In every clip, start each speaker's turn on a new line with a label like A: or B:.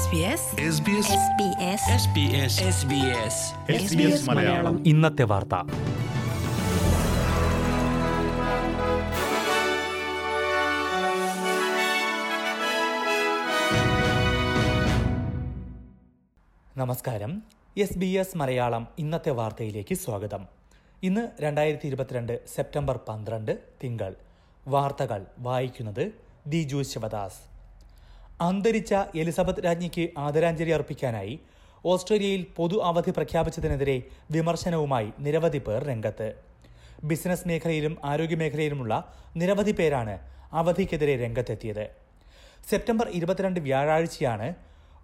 A: SBS
B: SBS
C: Malayalam
D: ഇന്നത്തെ വാർത്ത നമസ്കാരം എസ് ബി എസ് മലയാളം ഇന്നത്തെ വാർത്തയിലേക്ക് സ്വാഗതം ഇന്ന് രണ്ടായിരത്തി ഇരുപത്തിരണ്ട് സെപ്റ്റംബർ പന്ത്രണ്ട് തിങ്കൾ വാർത്തകൾ വായിക്കുന്നത് ദിജു ശിവദാസ് അന്തരിച്ച എലിസബത്ത് രാജ്ഞിക്ക് ആദരാഞ്ജലി അർപ്പിക്കാനായി ഓസ്ട്രേലിയയിൽ പൊതു അവധി പ്രഖ്യാപിച്ചതിനെതിരെ വിമർശനവുമായി നിരവധി പേർ രംഗത്ത് ബിസിനസ് മേഖലയിലും ആരോഗ്യമേഖലയിലുമുള്ള നിരവധി പേരാണ് അവധിക്കെതിരെ രംഗത്തെത്തിയത് സെപ്റ്റംബർ ഇരുപത്തിരണ്ട് വ്യാഴാഴ്ചയാണ്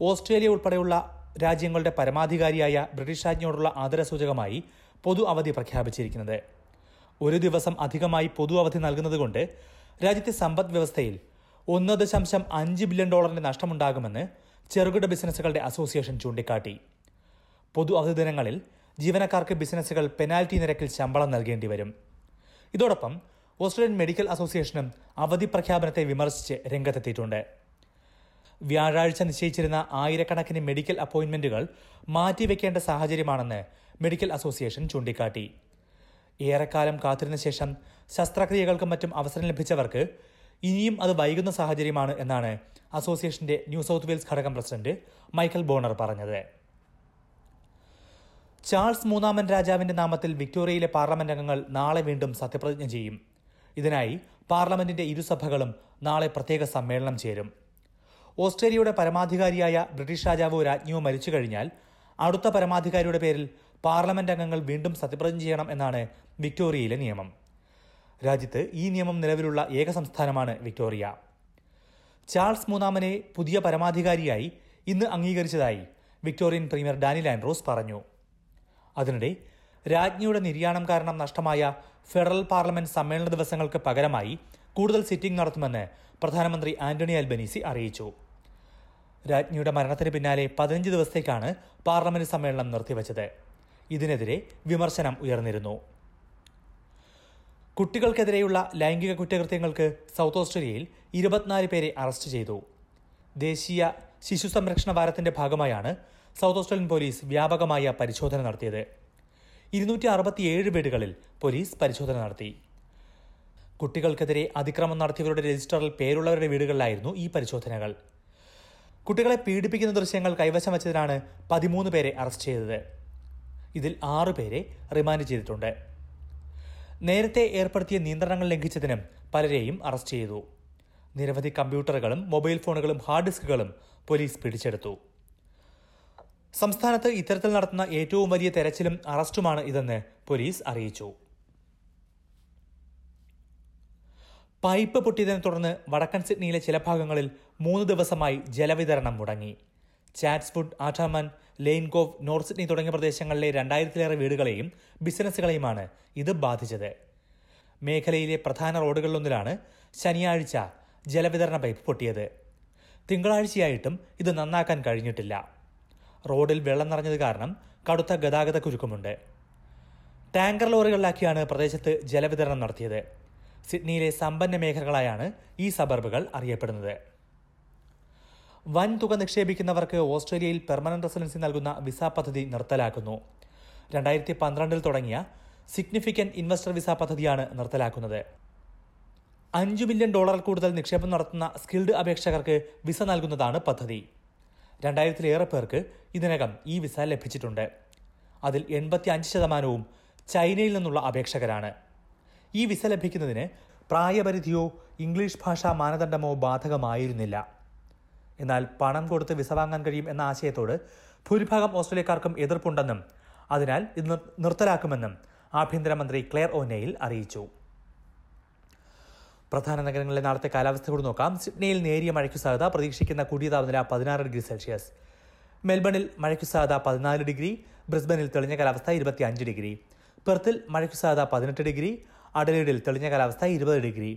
D: ഓസ്ട്രേലിയ ഉൾപ്പെടെയുള്ള രാജ്യങ്ങളുടെ പരമാധികാരിയായ ബ്രിട്ടീഷ് രാജ്ഞിയോടുള്ള ആദരസൂചകമായി പൊതു അവധി പ്രഖ്യാപിച്ചിരിക്കുന്നത് ഒരു ദിവസം അധികമായി പൊതു അവധി നൽകുന്നതുകൊണ്ട് രാജ്യത്തെ സമ്പദ് വ്യവസ്ഥയിൽ ഒന്ന് ദശാംശം അഞ്ച് ബില്യൺ ഡോളറിന്റെ നഷ്ടമുണ്ടാകുമെന്ന് ചെറുകിട ബിസിനസ്സുകളുടെ അസോസിയേഷൻ ചൂണ്ടിക്കാട്ടി പൊതു അവധി ദിനങ്ങളിൽ ജീവനക്കാർക്ക് ബിസിനസ്സുകൾ പെനാൽറ്റി നിരക്കിൽ ശമ്പളം നൽകേണ്ടി വരും ഇതോടൊപ്പം ഓസ്ട്രേലിയൻ മെഡിക്കൽ അസോസിയേഷനും അവധി പ്രഖ്യാപനത്തെ വിമർശിച്ച് രംഗത്തെത്തിയിട്ടുണ്ട് വ്യാഴാഴ്ച നിശ്ചയിച്ചിരുന്ന ആയിരക്കണക്കിന് മെഡിക്കൽ അപ്പോയിന്റ്മെന്റുകൾ മാറ്റിവെക്കേണ്ട സാഹചര്യമാണെന്ന് മെഡിക്കൽ അസോസിയേഷൻ ചൂണ്ടിക്കാട്ടി ഏറെക്കാലം കാത്തിരുന്ന ശേഷം ശസ്ത്രക്രിയകൾക്കും മറ്റും അവസരം ലഭിച്ചവർക്ക് ഇനിയും അത് വൈകുന്ന സാഹചര്യമാണ് എന്നാണ് അസോസിയേഷന്റെ ന്യൂ സൗത്ത് വെയിൽസ് ഘടകം പ്രസിഡന്റ് മൈക്കൽ ബോണർ പറഞ്ഞത് ചാൾസ് മൂന്നാമൻ രാജാവിന്റെ നാമത്തിൽ വിക്ടോറിയയിലെ പാർലമെന്റ് അംഗങ്ങൾ നാളെ വീണ്ടും സത്യപ്രതിജ്ഞ ചെയ്യും ഇതിനായി പാർലമെന്റിന്റെ ഇരുസഭകളും നാളെ പ്രത്യേക സമ്മേളനം ചേരും ഓസ്ട്രേലിയയുടെ പരമാധികാരിയായ ബ്രിട്ടീഷ് രാജാവോ രാജ്ഞിയോ മരിച്ചു കഴിഞ്ഞാൽ അടുത്ത പരമാധികാരിയുടെ പേരിൽ പാർലമെന്റ് അംഗങ്ങൾ വീണ്ടും സത്യപ്രതിജ്ഞ ചെയ്യണം എന്നാണ് വിക്ടോറിയയിലെ നിയമം രാജ്യത്ത് ഈ നിയമം നിലവിലുള്ള ഏക സംസ്ഥാനമാണ് വിക്ടോറിയ ചാൾസ് മൂന്നാമനെ പുതിയ പരമാധികാരിയായി ഇന്ന് അംഗീകരിച്ചതായി വിക്ടോറിയൻ പ്രീമിയർ ഡാനിൽ ആൻഡ്രോസ് പറഞ്ഞു അതിനിടെ രാജ്ഞിയുടെ നിര്യാണം കാരണം നഷ്ടമായ ഫെഡറൽ പാർലമെന്റ് സമ്മേളന ദിവസങ്ങൾക്ക് പകരമായി കൂടുതൽ സിറ്റിംഗ് നടത്തുമെന്ന് പ്രധാനമന്ത്രി ആന്റണി അൽബനീസി അറിയിച്ചു രാജ്ഞിയുടെ മരണത്തിന് പിന്നാലെ പതിനഞ്ച് ദിവസത്തേക്കാണ് പാർലമെന്റ് സമ്മേളനം നിർത്തിവച്ചത് ഇതിനെതിരെ വിമർശനം ഉയർന്നിരുന്നു കുട്ടികൾക്കെതിരെയുള്ള ലൈംഗിക കുറ്റകൃത്യങ്ങൾക്ക് സൗത്ത് ഓസ്ട്രേലിയയിൽ ഇരുപത്തിനാല് പേരെ അറസ്റ്റ് ചെയ്തു ദേശീയ ശിശു സംരക്ഷണ വാരത്തിന്റെ ഭാഗമായാണ് സൗത്ത് ഓസ്ട്രേലിയൻ പോലീസ് വ്യാപകമായ പരിശോധന നടത്തിയത് ഇരുന്നൂറ്റി അറുപത്തിയേഴ് വീടുകളിൽ പോലീസ് പരിശോധന നടത്തി കുട്ടികൾക്കെതിരെ അതിക്രമം നടത്തിയവരുടെ രജിസ്റ്ററിൽ പേരുള്ളവരുടെ വീടുകളിലായിരുന്നു ഈ പരിശോധനകൾ കുട്ടികളെ പീഡിപ്പിക്കുന്ന ദൃശ്യങ്ങൾ കൈവശം വച്ചതിനാണ് പതിമൂന്ന് പേരെ അറസ്റ്റ് ചെയ്തത് ഇതിൽ ആറു പേരെ റിമാൻഡ് ചെയ്തിട്ടുണ്ട് നേരത്തെ ഏർപ്പെടുത്തിയ നിയന്ത്രണങ്ങൾ ലംഘിച്ചതിനും പലരെയും അറസ്റ്റ് ചെയ്തു നിരവധി കമ്പ്യൂട്ടറുകളും മൊബൈൽ ഫോണുകളും ഹാർഡ് ഡിസ്കുകളും പോലീസ് പിടിച്ചെടുത്തു സംസ്ഥാനത്ത് ഇത്തരത്തിൽ നടത്തുന്ന ഏറ്റവും വലിയ തെരച്ചിലും അറസ്റ്റുമാണ് ഇതെന്ന് പോലീസ് അറിയിച്ചു പൈപ്പ് പൊട്ടിയതിനെ തുടർന്ന് വടക്കൻ സിഡ്നിയിലെ ചില ഭാഗങ്ങളിൽ മൂന്ന് ദിവസമായി ജലവിതരണം മുടങ്ങി ചാറ്റ്സ്ഫുഡ് ആട്ടാമൻ ലെയിൻകോവ് നോർത്ത് സിഡ്നി തുടങ്ങിയ പ്രദേശങ്ങളിലെ രണ്ടായിരത്തിലേറെ വീടുകളെയും ബിസിനസ്സുകളെയുമാണ് ഇത് ബാധിച്ചത് മേഖലയിലെ പ്രധാന റോഡുകളിലൊന്നിലാണ് ശനിയാഴ്ച ജലവിതരണ പൈപ്പ് പൊട്ടിയത് തിങ്കളാഴ്ചയായിട്ടും ഇത് നന്നാക്കാൻ കഴിഞ്ഞിട്ടില്ല റോഡിൽ വെള്ളം നിറഞ്ഞത് കാരണം കടുത്ത ഗതാഗത കുരുക്കുമുണ്ട് ടാങ്കർ ലോറികളിലാക്കിയാണ് പ്രദേശത്ത് ജലവിതരണം നടത്തിയത് സിഡ്നിയിലെ സമ്പന്ന മേഖലകളായാണ് ഈ സബർബുകൾ അറിയപ്പെടുന്നത് വൻതുക നിക്ഷേപിക്കുന്നവർക്ക് ഓസ്ട്രേലിയയിൽ പെർമനന്റ് റെസിഡൻസി നൽകുന്ന വിസ പദ്ധതി നിർത്തലാക്കുന്നു രണ്ടായിരത്തി പന്ത്രണ്ടിൽ തുടങ്ങിയ സിഗ്നിഫിക്കന്റ് ഇൻവെസ്റ്റർ വിസ പദ്ധതിയാണ് നിർത്തലാക്കുന്നത് അഞ്ച് ബില്യൺ ഡോളറിൽ കൂടുതൽ നിക്ഷേപം നടത്തുന്ന സ്കിൽഡ് അപേക്ഷകർക്ക് വിസ നൽകുന്നതാണ് പദ്ധതി രണ്ടായിരത്തിലേറെ പേർക്ക് ഇതിനകം ഈ വിസ ലഭിച്ചിട്ടുണ്ട് അതിൽ എൺപത്തി അഞ്ച് ശതമാനവും ചൈനയിൽ നിന്നുള്ള അപേക്ഷകരാണ് ഈ വിസ ലഭിക്കുന്നതിന് പ്രായപരിധിയോ ഇംഗ്ലീഷ് ഭാഷാ മാനദണ്ഡമോ ബാധകമായിരുന്നില്ല എന്നാൽ പണം കൊടുത്ത് വിസ വാങ്ങാൻ കഴിയും എന്ന ആശയത്തോട് ഭൂരിഭാഗം ഓസ്ട്രേലിയക്കാർക്കും എതിർപ്പുണ്ടെന്നും അതിനാൽ ഇത് നിർ- നിർത്തലാക്കുമെന്നും ആഭ്യന്തരമന്ത്രി ക്ലെയർ ഓനെയിൽ അറിയിച്ചു പ്രധാന നഗരങ്ങളിലെ നാളത്തെ കാലാവസ്ഥ കൂടി നോക്കാം സിഡ്നിയിൽ നേരിയ മഴയ്ക്ക് സാധ്യത പ്രതീക്ഷിക്കുന്ന കൂടിയ താപനില പതിനാറ് ഡിഗ്രി സെൽഷ്യസ് മെൽബണിൽ മഴയ്ക്ക് സാധ്യത പതിനാല് ഡിഗ്രി ബ്രിസ്ബനിൽ തെളിഞ്ഞ കാലാവസ്ഥ ഇരുപത്തിയഞ്ച് ഡിഗ്രി പെർത്തിൽ മഴയ്ക്ക് സാധ്യത പതിനെട്ട് ഡിഗ്രി അഡലേഡിൽ തെളിഞ്ഞ കാലാവസ്ഥ ഇരുപത് ഡിഗ്രി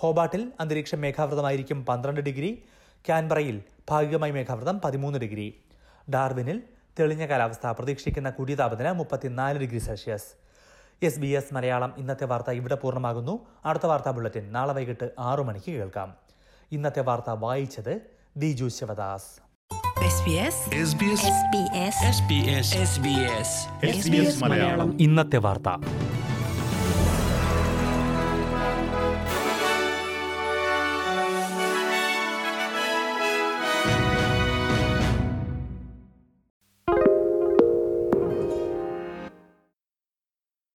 D: ഹോബാട്ടിൽ അന്തരീക്ഷം മേഘാവൃതമായിരിക്കും പന്ത്രണ്ട് ഡിഗ്രി കാൻബറയിൽ ഭാഗികമായി മേഘാവൃതം പതിമൂന്ന് ഡിഗ്രി ഡാർവിനിൽ തെളിഞ്ഞ കാലാവസ്ഥ പ്രതീക്ഷിക്കുന്ന കൂടിയ താപനില മുപ്പത്തിനാല് degree Celsius S B S Malayalam ഇന്നത്തെ വാർത്ത ഇവിടെ പൂർണ്ണമാകുന്നു അടുത്ത വാർത്താ ബുള്ളറ്റിൻ നാളെ വൈകിട്ട് ആറു മണിക്ക് കേൾക്കാം ഇന്നത്തെ വാർത്ത വായിച്ചത് Diju Sivadas
A: SBS
B: S B S
A: SBS
C: SBS SBS
E: SBS Malayalam
D: ഇന്നത്തെ വാർത്ത